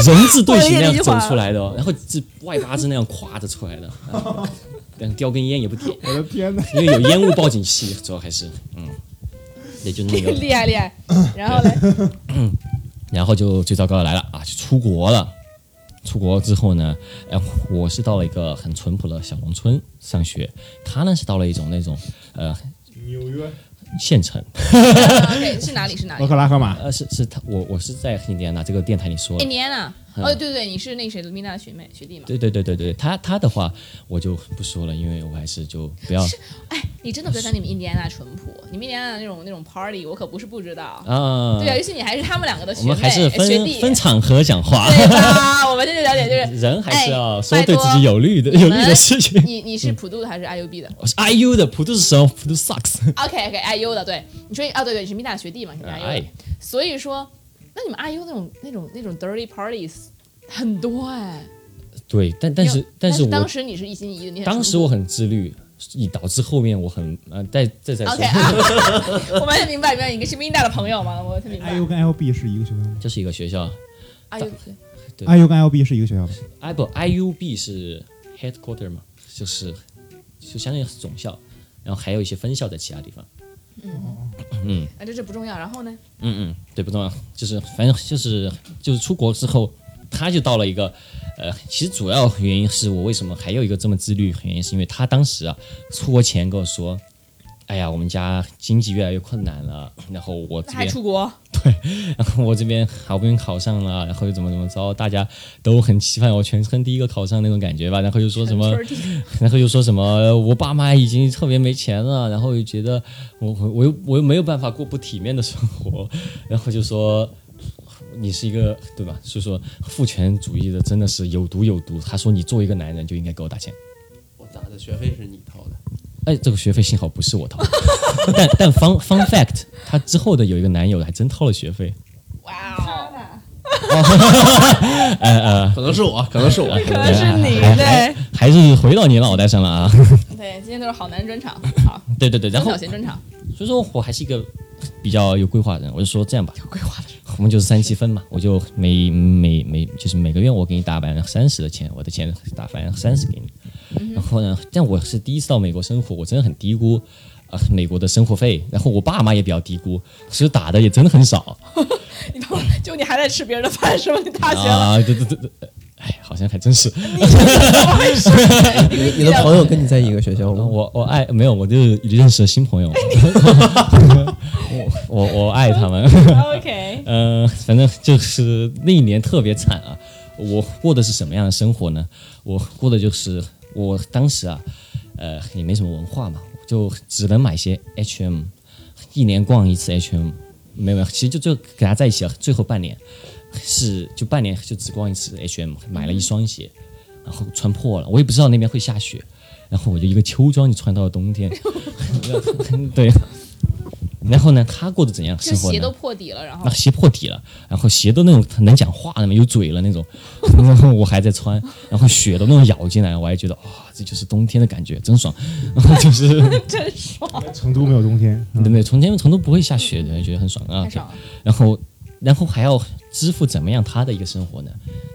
人字队形那样我也理解走了出来的哦，然后这外八字那样挎着出来的，啊但叼根烟也不点，我的天哪！因为有烟雾报警器，主要还是嗯，也就那个厉害厉 [LAUGHS] 害。然后嘞，然后就最糟糕的来了啊，就出国了。出国之后呢，哎，我是到了一个很淳朴的小农村上学，他呢是到了一种那种呃纽约、县城，啊对，是哪里是哪俄里克拉荷马，呃是是他我我是在印第安纳这个电台里说的， ？Indiana。哦，对对，你是那谁的米娜的学妹学弟嘛？嗯对对对对对，他他的话我就不说了，因为我还是就不要哎你真的不要讲你们印第安纳淳朴，你们印第安纳那种那种 party，我可不是不知道。啊，对啊，尤其你还是他们两个的我学妹们还是哎学分弟，分场合讲话，对吧？我们这就了解，就是 [LAUGHS] 人还是要哎说拜对托自己有利哎的有利的事情。你你是普渡的还是 IUB 的我是 IU 的普渡是什么？普渡 sucks， ？OK OK IU 的，对，你说啊对对，你是米娜的学弟嘛？你是 IU 的哎，所以说，那你们 IU 那种那种那种 dirty parties 很多哎。对，但但是但但是我当时你是一心一意的，你很当时我很自律，以导致后面我很呃，再这再 [LAUGHS] OK 说，啊， [LAUGHS] 我完全明白明白，你是 Minda 的朋友嘛？我特明白哎 IU。跟 LB 是一个学校吗这是一个学校，IU 对？IU 跟 LB 是一个学校吗？ ，I 不 IUB 是 headquarter 嘛，就是就相当于是总校，然后还有一些分校在其他地方。啊，这这不重要。然后呢？嗯嗯，对，不重要，就是反正就是就是出国之后，他就到了一个，呃，其实主要原因是我为什么还有一个这么自律，原因是因为他当时啊，出国前跟我说，哎呀，我们家经济越来越困难了，然后我这那还边出国？然后 [LAUGHS] 我这边好不容易考上了，啊然后又怎么怎么着，大家都很期盼我全村第一个考上那种感觉吧。然后又说什么，然后又说什么，呃我爸妈已经特别没钱了，然后又觉得我我我又我又没有办法过不体面的生活，然后就说。你是一个对吧？所以说父权主义的真的是有毒有毒。他说你作为一个男人就应该给我打钱。我打的学费是你掏的，哎，这个学费幸好不是我掏的， [LAUGHS] 但但 fun fun fact，他之后的有一个男友还真掏了学费。哇哦，呃可能是我，可能是我。可能是你对还是回到你脑袋上了啊！对，今天都是好男专场， [LAUGHS] 好，对对对，然中小后型专场。所以说我还是一个比较有规划的人，我就说这样吧，有规划的人， [LAUGHS] 我们就是三七分嘛，我就每每每就是每个月我给你打百分之三十的钱，我的钱打百分之三十给你。然后呢，但我是第一次到美国生活，我真的很低估。啊，美国的生活费，然后我爸妈也比较低估，所以打的也真的很少你都就你还在吃别人的饭是吗？你大学了，啊！对对对对，哎，好像还真是。你你的朋友跟你在一个学校吗？我我爱没有，我就是认识了新朋友，哎 [LAUGHS] 我我我爱他们。 OK，呃，反正就是那一年特别惨啊。我过的是什么样的生活呢？我过的就是我当时啊，呃，也没什么文化嘛，就只能买些 H&M，一年逛一次 H&M，没有没有，其实就就给他在一起啊，最后半年是就半年就只逛一次 H&M，买了一双鞋，然后穿破了，我也不知道那边会下雪，然后我就一个秋装就穿到了 [LAUGHS] 冬天， [LAUGHS] 对。啊然后呢，他过得怎样就生活呢？鞋都破底了，然后那啊鞋破底了，然后鞋都那种能讲话的嘛，有嘴了那种，然后我还在穿，然后雪都那种咬进来，我还觉得哇、啊这就是冬天的感觉，真爽。然后就是成都没有冬天，对对，从前从都不会下雪的，觉得很爽啊太。爽了。然后然后还要支付怎么样他的一个生活呢？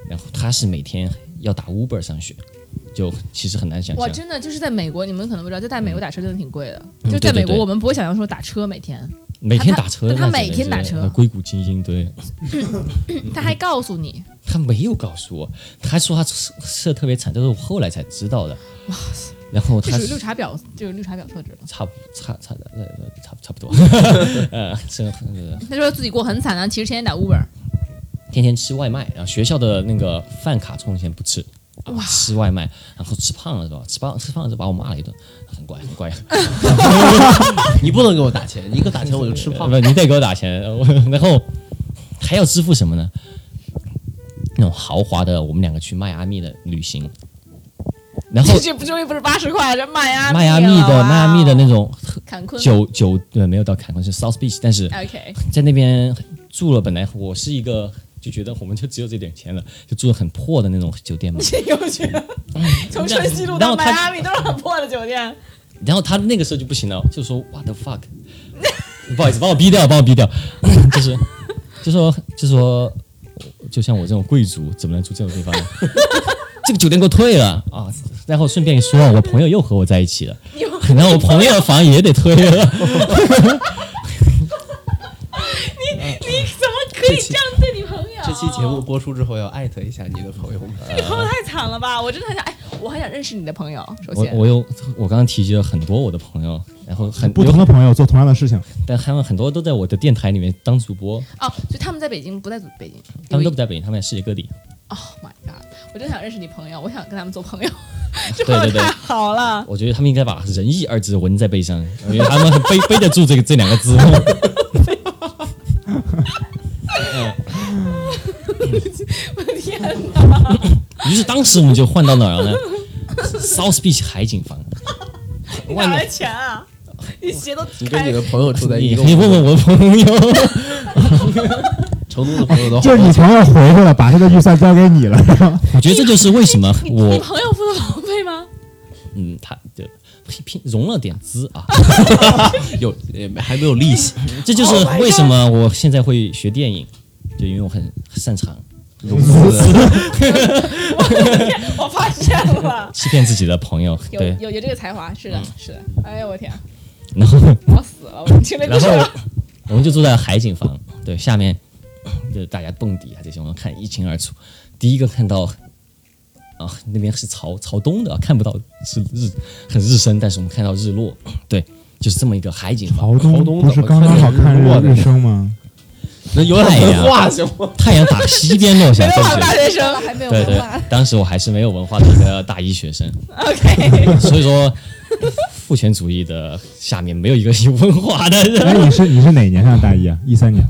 然后他是每天要打 Uber 上学，就其实很难想哇，象。真的就是在美国，你们可能不知道，就在美国打车真的挺贵的。嗯就在美对对国，对我们不会想象说打车每天，每天他打车那他简直每是，天打车呃硅谷精英对。他还告诉你，他没有告诉我，他说他吃吃的特别惨，这是我后来才知道的。哇塞！然后这嗯他属于绿茶婊，就是绿茶婊特质了。差不差差呃呃差差不多， [LAUGHS] 呃，是呃他说自己过很惨啊，其实天天打 [LAUGHS] Uber，天天吃外卖，然后学校的那个饭卡充钱不吃。啊、吃外卖，然后吃胖了是吧？吃胖吃胖了就把我骂了一顿，很乖很乖。 [LAUGHS] 你不能给我打钱， [LAUGHS] 你给我打钱我就吃呃胖。 [LAUGHS] 不，你得给我打钱。呃我然后还要支付什么呢？那种豪华的，我们两个去迈阿密的旅行，然后这这不终于不是八十块，这迈阿啊迈阿密的迈阿密的那种 [LAUGHS] 种坎昆酒呃酒对没有到坎昆是 South Beach，但是 OK，在那边住了，本来我是一个就觉得我们就只有这点钱了，就住得很破的那种酒店嘛。 [LAUGHS] 有去从春熙路到迈阿密都是很破的酒店，然后他那个时候就不行了，就说 What the fuck，不好意思，把我逼掉，把我逼掉， [LAUGHS] 就是就说就说，就像我这种贵族怎么能住这种地方呢？ [LAUGHS] 这个酒店给我退了啊！然后顺便一说，我朋友又和我在一起了，然后我朋友的房也得退了，你怎么可以这样对你朋友？这期节目播出之后要艾特一下你的朋友们。你朋友太惨了吧！我真的很想，哎，我很想认识你的朋友。首我先，我又我刚刚提及了很多我的朋友，然后很不同的朋友做同样的事情，但他们很多都在我的电台里面当主播，哦，所以他们在北京，不在北京。他们都不在北京，他们在世界各地。 Oh my god！我真想认识你朋友，我想跟他们做朋友，这朋对友对对太好了。我觉得他们应该把“仁义”二字纹在背上，因为他们很背 [LAUGHS] 背得住这个这两个字。 [LAUGHS] 我的 [LAUGHS] [LAUGHS] 天哪！于是当时我们就换到哪儿了呢？South Beach 海景房。你哪来钱啊？你鞋都你跟开你的朋友住在你一个屋，哎你问问我朋友，成都的朋友都就是你朋友回去了，把他的预算交给你了，我觉得这就是为什么你你我朋友付的房费 [LAUGHS] 吗？嗯，他的拼拼融了点资啊，有也没还没有利息，这就是 Oh 为什么我现在会学电影，就因为我很擅长融资我发现了，欺骗自己的朋友。 [LAUGHS] 有对，嗯有有这个才华，是的，是的。哎呦我天，然后我死了！我听这然故事后，我们就住在海景房，对，下面就是大家蹦迪啊这些，我们看一清二楚。第一个看到啊，那边是朝朝东的，啊看不到是日很日升，但是我们看到日落，对，就是这么一个 [LAUGHS] 海景房。朝朝东东不是怎么刚刚好看见看日落日的升吗？能有 [LAUGHS] 哎呀点文 [LAUGHS] 化行吗？太阳打西边落下， [LAUGHS] 对不大对？学生还没有对文对化，，当时我还是没有文化的一个大一学生， [LAUGHS] ，OK，所以说父权主义的下面没有一个有文化的人。哎，你是你是哪年上大一啊？一三年。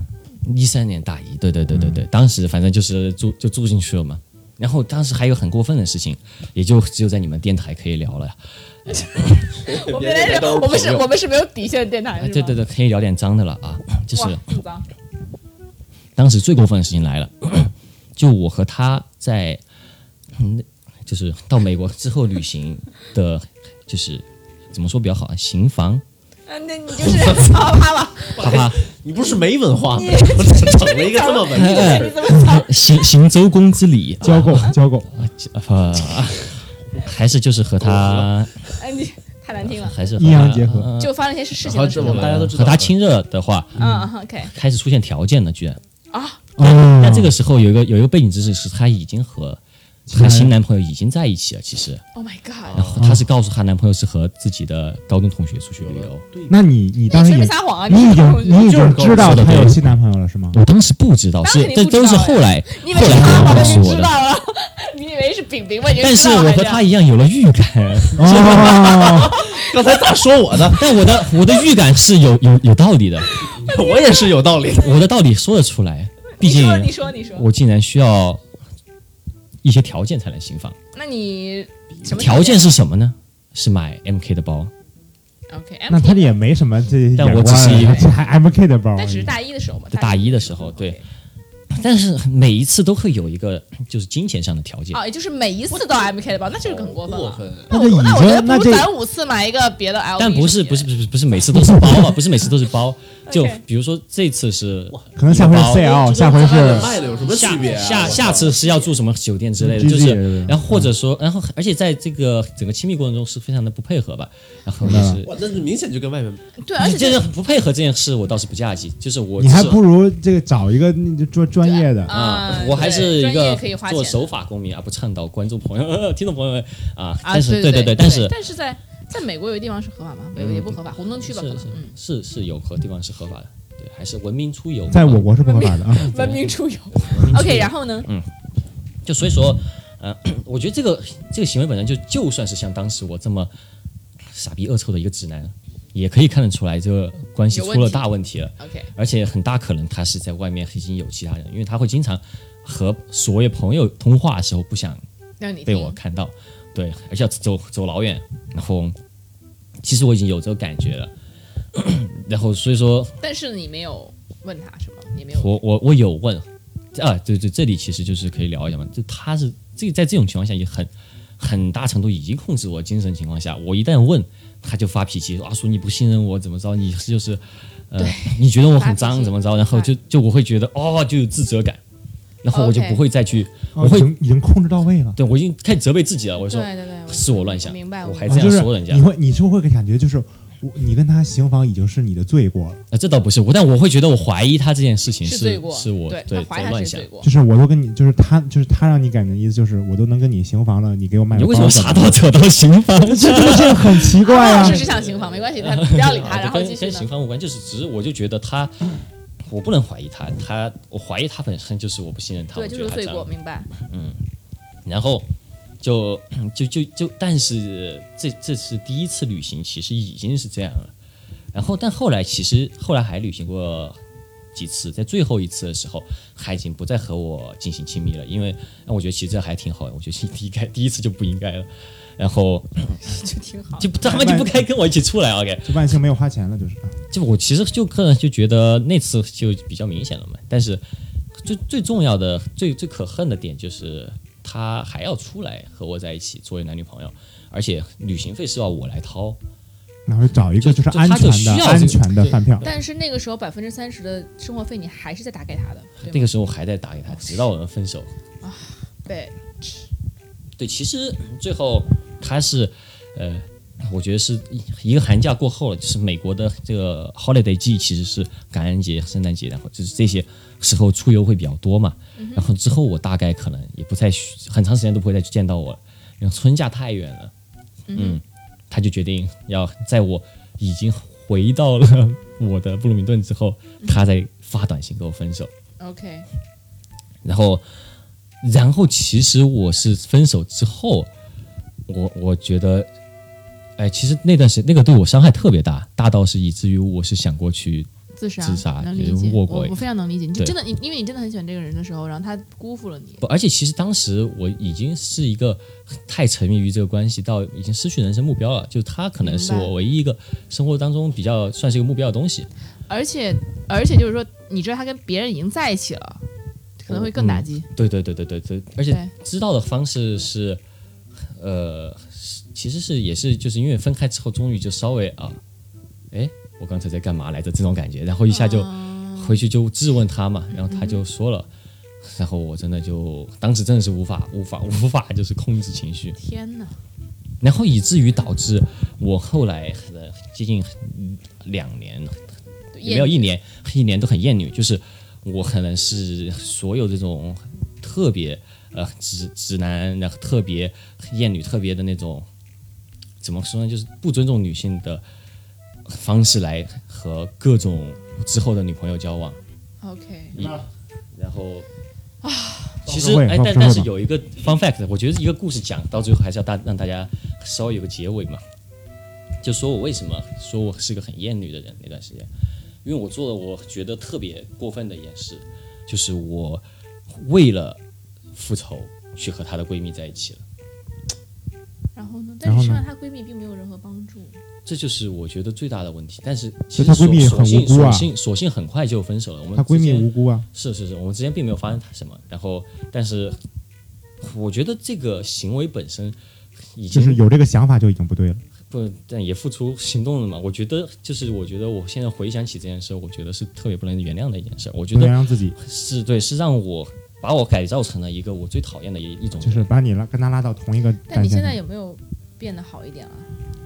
一三年大一，对对嗯对对对，当时反正就是住就住进去了嘛。然后当时还有很过分的事情，也就只有在你们电台可以聊了。我们来都是我们是朋友我们是没有底线的电台，哎，对对对，对，可以聊点脏的了啊。就是哇，这么脏，当时最过分的事情来了，嗯就我和他在，嗯，就是到美国之后旅行的，就是怎么说比较好啊？行房，啊，那你就是 [LAUGHS] [LAUGHS] 操他吧，啪啪，你不是没文化吗？我整了一个这么文艺的哎你怎么操？行行周公之礼，交够，交够，啊呃，还是就是和他，哎，你太难听了，还是和阴阳他结合呃就发生一些事情好的时这候么来，大大家家都都知知道道和他亲热的话，嗯，OK，开始出现条件了，居然。哦但这个时候有一个有一个背景知识是，她已经和她新男朋友已经在一起了，其实， Oh my god！然后她是告诉她男朋友是和自己的高中同学出去旅游。那你你当时你是没也撒谎啊！你已经你你已经知道就是告诉我的她对有新男朋友了是吗？我当时不知道，当时是你这不知道都是哎后来你以为后是来他她告我诉就我知的。道了， [LAUGHS] 你以为是饼饼，我已经但知是道哎了我和他一样有了预感，哦，刚才咋说我的？但我的我的预感是有有有道理的，我也是有道理的。我的道理说得出来，毕竟你说你说你说，我竟然需要一些条件才能行房。那你什么条件是什么呢？是买 MK 的包， ？OK，那他也没什么这眼但我光只是一啊，个这还 MK 的包而已，但只是大一的时候嘛，大一的时候，对。但是每一次都会有一个就是金钱上的条件，哦，也就是每一次都 MK 的包，那就是很过分啊过了。分，那那个我那我觉已得经那不这如咱五次买一个别的 LV，但不是不是不是不是每次都是包吧？不是每次都 [LAUGHS] 是包，就比如说这次是可能下回是包 CL，下回是卖的有什么下区别啊？下下次是要住什么酒店之类的， GG 就是然后或嗯者说，然后而且在这个整个亲密过程中是非常的不配合吧，然嗯后就是哇，那是明显就跟外面 [LAUGHS] 对，而且这这个不配合这件事，我倒是不嫁接，就是我你还是不如这个找一个那就专专业的，啊啊，，我还是一专业个可以花做钱手法公民而不倡导观众朋友、 [LAUGHS] 听众朋友们啊。啊，但是对对对，但是嗯但是在在美国有些地方是合法吗？有也不合法，红灯区吧可是能，是嗯，是是有和地方是合法的，对，还是文明出游嘛。在我国是不合法的啊。文明出游。OK，然后呢？就所以说，呃， [CLEARS THROAT] 我觉得这个这个行为本身就就算是像当时我这么傻逼恶臭的一个直男，也可以看得出来这个关系有出问了题大问题了。 OK，而且很大可能他是在外面已经有其他人，因为他会经常和所谓朋友通话的时候不想让你被听我看到，对，而且要走走老远，然后其实我已经有这个感觉了， [CLEARS THROAT] 然后所以说但是你没有问他什么，也没有我我我有问，啊，对对，这里其实就是可以聊一下嘛，就他是这在这种情况下也很很大程度已经控制我精神情况下，我一旦问他就发脾气，啊，说你不信任我怎么着，你是就是呃，你觉 [LAUGHS] 得我很脏怎么着，然后就就我会觉得哦，就有自责感，然后我就啊 OK 不会再去，哦我会已经已经控制到位了。对我已经开始责备自己了，我就说对对对，是我乱想，明白我我还啊这就样是说人家你，会你是不是会感觉就是我你跟他行房已经是你的罪过了，呃这倒不是，我但我会觉得我怀疑他这件事情是是罪过，是我对他对我怀疑他乱是想罪。过就，是我都跟你就是他就是他让你感觉意思就是我都能跟你行房了，你给我卖你个为什么包啥干都嘛扯到刑法上？这这这很奇怪啊，啊 [LAUGHS] 是！只想行房，没关系，他不要理 [LAUGHS] 他，啊然后跟继续跟刑呢。方无关，就是只是我就觉得他，我不能怀疑他，他我怀疑他本身就是我不信任他，对，我就觉是个得他罪这过，样，明白？ [LAUGHS] 然后就就就就，但是这这是第一次旅行，其实已经是这样了。然后但后来其实后来还旅行过几次，在最后一次的时候，他已经不再和我进行亲密了，因为那我觉得其实这还挺好的，我觉得第一该第一次就不应该了。然后就挺好。就他们就不该跟我一起出来，OK？就万幸没有花钱了，就是就我其实就个人就觉得那次就比较明显了嘛，但是最最重要的、最最可恨的点就是他还要出来和我在一起作为男女朋友，而且旅行费是要我来掏，那我就找一个就就是就安他就全需的要安这全的饭票。但是那个时候百分之三十的生活费你还是在打给他的，那对个吗？时候我还在打给他，直到我们分手。对，对，其实最后他是呃，我觉得是一个寒假过后了，就是美国的这个 holiday 季其实是感恩节、圣诞节，然后就是这些时候出游会比较多嘛。然后之后我大概可能也不再去很长时间都不会再去见到我了，因为春假太远了。嗯，他就决定要在我已经回到了 [LAUGHS] 我的布鲁明顿之后，他再发短信跟我分手。 OK，然后，然后其实我是分手之后，我我觉得，哎，其实那段时那个对我伤害特别大，大到是以至于我是想过去，自杀，自杀能也理解，卧我轨我非常能理解。你就对真的，你因为你真的很喜欢这个人的时候，然后他辜负了你不，，而且其实当时我已经是一个太沉迷于这个关系，到已经失去人生目标了。就他可能是明白我唯一一个生活当中比较算是一个目标的东西。而且而且就是说，你知道他跟别人已经在一起了，可能会更打击。对对对对对对，嗯而且对知道的方式是，呃，是其实是也是就是因为分开之后，终于就稍微啊，哎，我刚才在干嘛来着？这种感觉，然后一下就回去就质问他嘛，然后他就说了，然后我真的就当时真的是无法无法无法就是控制情绪，天哪，然后以至于导致我后来的接近两年对也没有一年，一年都很厌女，就是我可能是所有这种特别呃直直男，然后特别厌女，特别的那种，怎么说呢，就是不尊重女性的方式来和各种之后的女朋友交往， OK，一然后。其到实，社会哎，到但社会但是吧有一个 fun fact，我觉得一个故事讲到最后还是要大让大家稍微有个结尾嘛。就说我为什么说我是个很厌女的人那段时间，因为我做了我觉得特别过分的一件事，就是我为了复仇去和她的闺蜜在一起了。然后嗯呢？然但后是呢伤害她闺蜜并没有任何帮助。这就是我觉得最大的问题，但是其实她闺蜜索很无辜啊索性索性很快就分手了。我们她闺蜜之间无辜啊，是是是，我们之间并没有发生什么。然后，但是我觉得这个行为本身已就经是有这个想法就已经不对了。不，但也付出行动了嘛。我觉得就是，我觉得我现在回想起这件事，我觉得是特别不能原谅的一件事。我觉不能得让自己是对，是让我把我改造成了一个我最讨厌的一一种就人。是把你拉跟他拉到同一个但战你线现在上。有没有变得好一点啊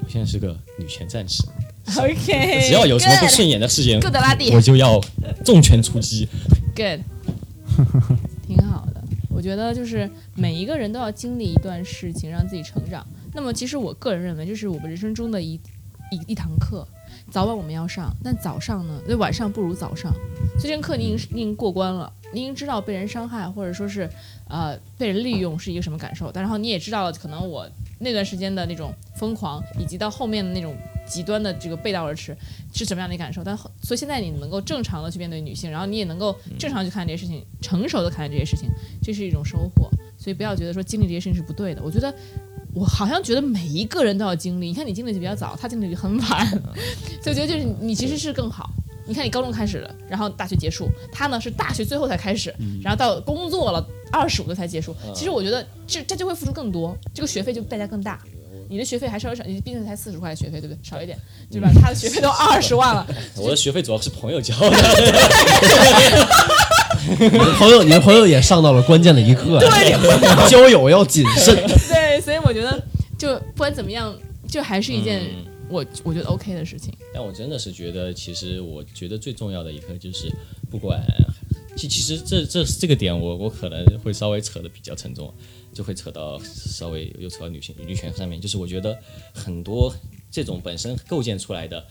我现在是个女权战士， [LAUGHS] ？OK，只要有什么不 good，顺眼的事情， good 拉蒂我就要重拳出击。 good，挺好的。我觉得就是每一个人都要经历一段事情，让自己成长。那么，其实我个人认为，这是我们人生中的一一一堂课，早晚我们要上。但早上呢，那晚上不如早上。所以这门课你已经你已经过关了，你已经知道被人伤害或者说是呃被人利用是一个什么感受，但然后你也知道了，可能我那段时间的那种疯狂，以及到后面的那种极端的这个背道而驰是什么样的感受。但后所以现在你能够正常的去面对女性，然后你也能够正常地去看待这些事情，成熟的看待这些事情，这是一种收获。所以不要觉得说经历这些事情是不对的。我觉得我好像觉得每一个人都要经历，你看你经历的比较早，他经历的比较很晚，所以我觉得就是你其实是更好。你看你高中开始的，然后大学结束，他呢是大学最后才开始，然后到工作了二十五岁才结束。其实我觉得这这就会付出更多，这个学费就代价更大。你的学费还稍微少，你毕竟才四十块学费，对不对？少一点，对吧？他的学费都二十万了，我的学费主要是朋友交的，你的朋友，你的朋友也上到了关键的一刻。对，交友要谨慎。对，所以我觉得就不管怎么样，就还是一件嗯我我觉得 OK 的事情。但我真的是觉得，其实我觉得最重要的一个就是，不管其其实这这这个点我，我可能会稍微扯得比较沉重，就会扯到稍微又扯到女性女权上面。就是我觉得很多这种本身构建出来的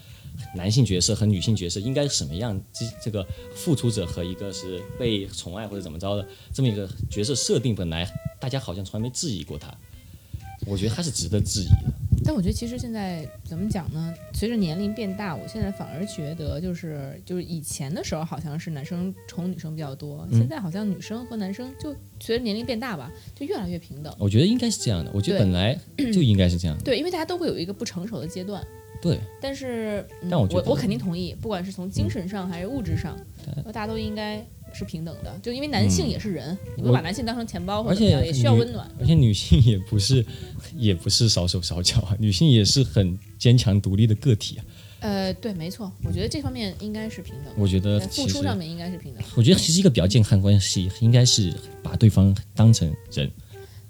男性角色和女性角色应该是什么样，这这个付出者和一个是被宠爱或者怎么着的这么一个角色设定，本来大家好像从来没质疑过他，我觉得他是值得质疑的。但我觉得其实现在怎么讲呢？随着年龄变大，我现在反而觉得就是就是以前的时候好像是男生宠女生比较多，现在好像女生和男生就随着年龄变大吧，就越来越平等。我觉得应该是这样的，我觉得对本来就应该是这样的。对，因为大家都会有一个不成熟的阶段。对，但是，嗯但我我觉得嗯肯定同意，不管是从精神上还是物质上，呃大家都应该是平等的。就因为男性也是人，你不能嗯我把男性当成钱包或而者怎么样，且也需要女温暖。而且女性也不是，也不是少手少脚啊，女性也是很坚强独立的个体啊。呃，对，没错，我觉得这方面应该是平等的，我觉得在付其实出，上面应该是平等的。我觉得其实一个比较健康的关系，应该是把对方当成人。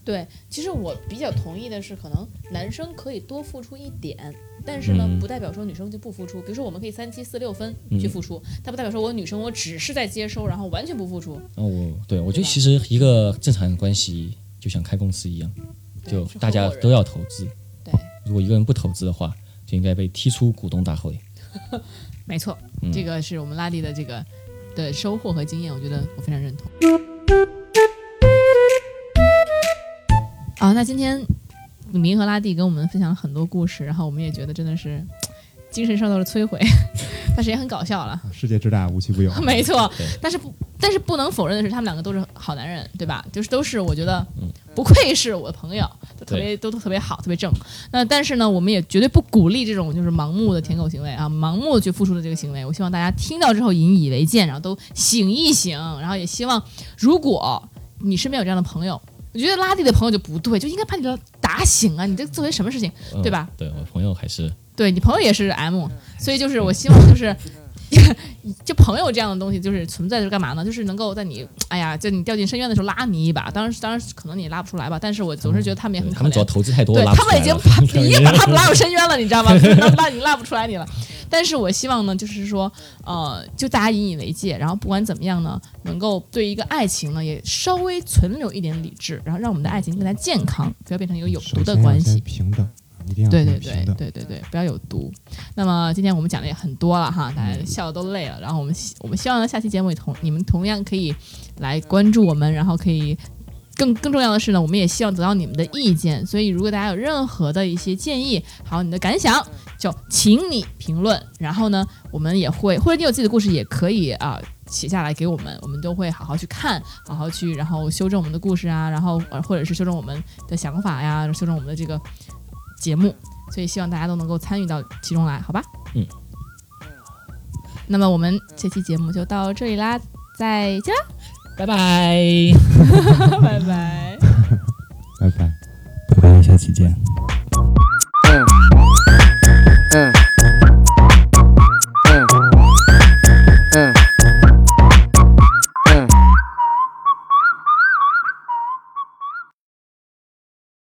对，其实我比较同意的是，可能男生可以多付出一点，但是呢，嗯不代表说女生就不付出。比如说，我们可以三七四六分嗯去付出，但不代表说我女生我只是在接收，然后完全不付出。然后我对我觉对得吧其实一个正常的关系就像开公司一样，对就是大家合伙人都要投资。对，如果一个人不投资的话，就应该被踢出股东大会。没错，嗯这个是我们拉力的这个的收获和经验，我觉得我非常认同。啊，那今天鲁明和拉蒂跟我们分享了很多故事，然后我们也觉得真的是精神受到了摧毁， [LAUGHS] 但是也很搞笑了。世界之大，无奇不有。 [LAUGHS] 没错对，但是不，但是不能否认的是，他们两个都是好男人，对吧？就是都是我觉得，嗯不愧是我的朋友，都特别都特别好，特别正。那但是呢，我们也绝对不鼓励这种就是盲目的舔狗行为啊，盲目的去付出的这个行为。我希望大家听到之后引以为戒，然后都醒一醒，然后也希望如果你身边有这样的朋友。我觉得拉蒂的朋友就不对，就应该把你的打醒啊！你这作为什么事情？嗯对吧？对我朋友还是对你朋友也是 M，所以就是我希望就是。 [LAUGHS] 就朋友这样的东西，就是存在是干嘛呢？就是能够在你，哎呀，就你掉进深渊的时候拉你一把。当然，当然可能你也拉不出来吧，但哎是我总是觉得他们也对很嗯他可们主要怜。投资太多，对拉不他们已出来经了把 [LAUGHS] 已经把他们拉入深渊了，你知道吗？ [LAUGHS] 就是能拉你拉不出来你了。但是我希望呢，就是说，呃，就大家引以为戒，然后不管怎么样呢，能够对一个爱情呢，也稍微存留一点理智，然后让我们的爱情更加健康，不要变成一个有毒首的先要关先系。平等，一定要对对先对平等。对对对，不要有毒。那么今天我们讲的也很多了哈，大嗯家笑的都累了。然后我们希我们希望呢，下期节目也同你们同样可以来关注我们，然后可以。更更重要的是呢，我们也希望得到你们的意见，所以如果大家有任何的一些建议，还有你的感想，就请你评论。然后呢，我们也会，或者你有自己的故事也可以啊、写下来给我们，我们都会好好去看，好好去，然后修正我们的故事啊，然后呃或者是修正我们的想法呀，修正我们的这个节目，所以希望大家都能够参与到其中来，好吧？嗯。那么我们这期节目就到这里啦，再见啦，拜拜。 [LAUGHS] 拜拜。拜拜。拜拜，下期见。拜拜。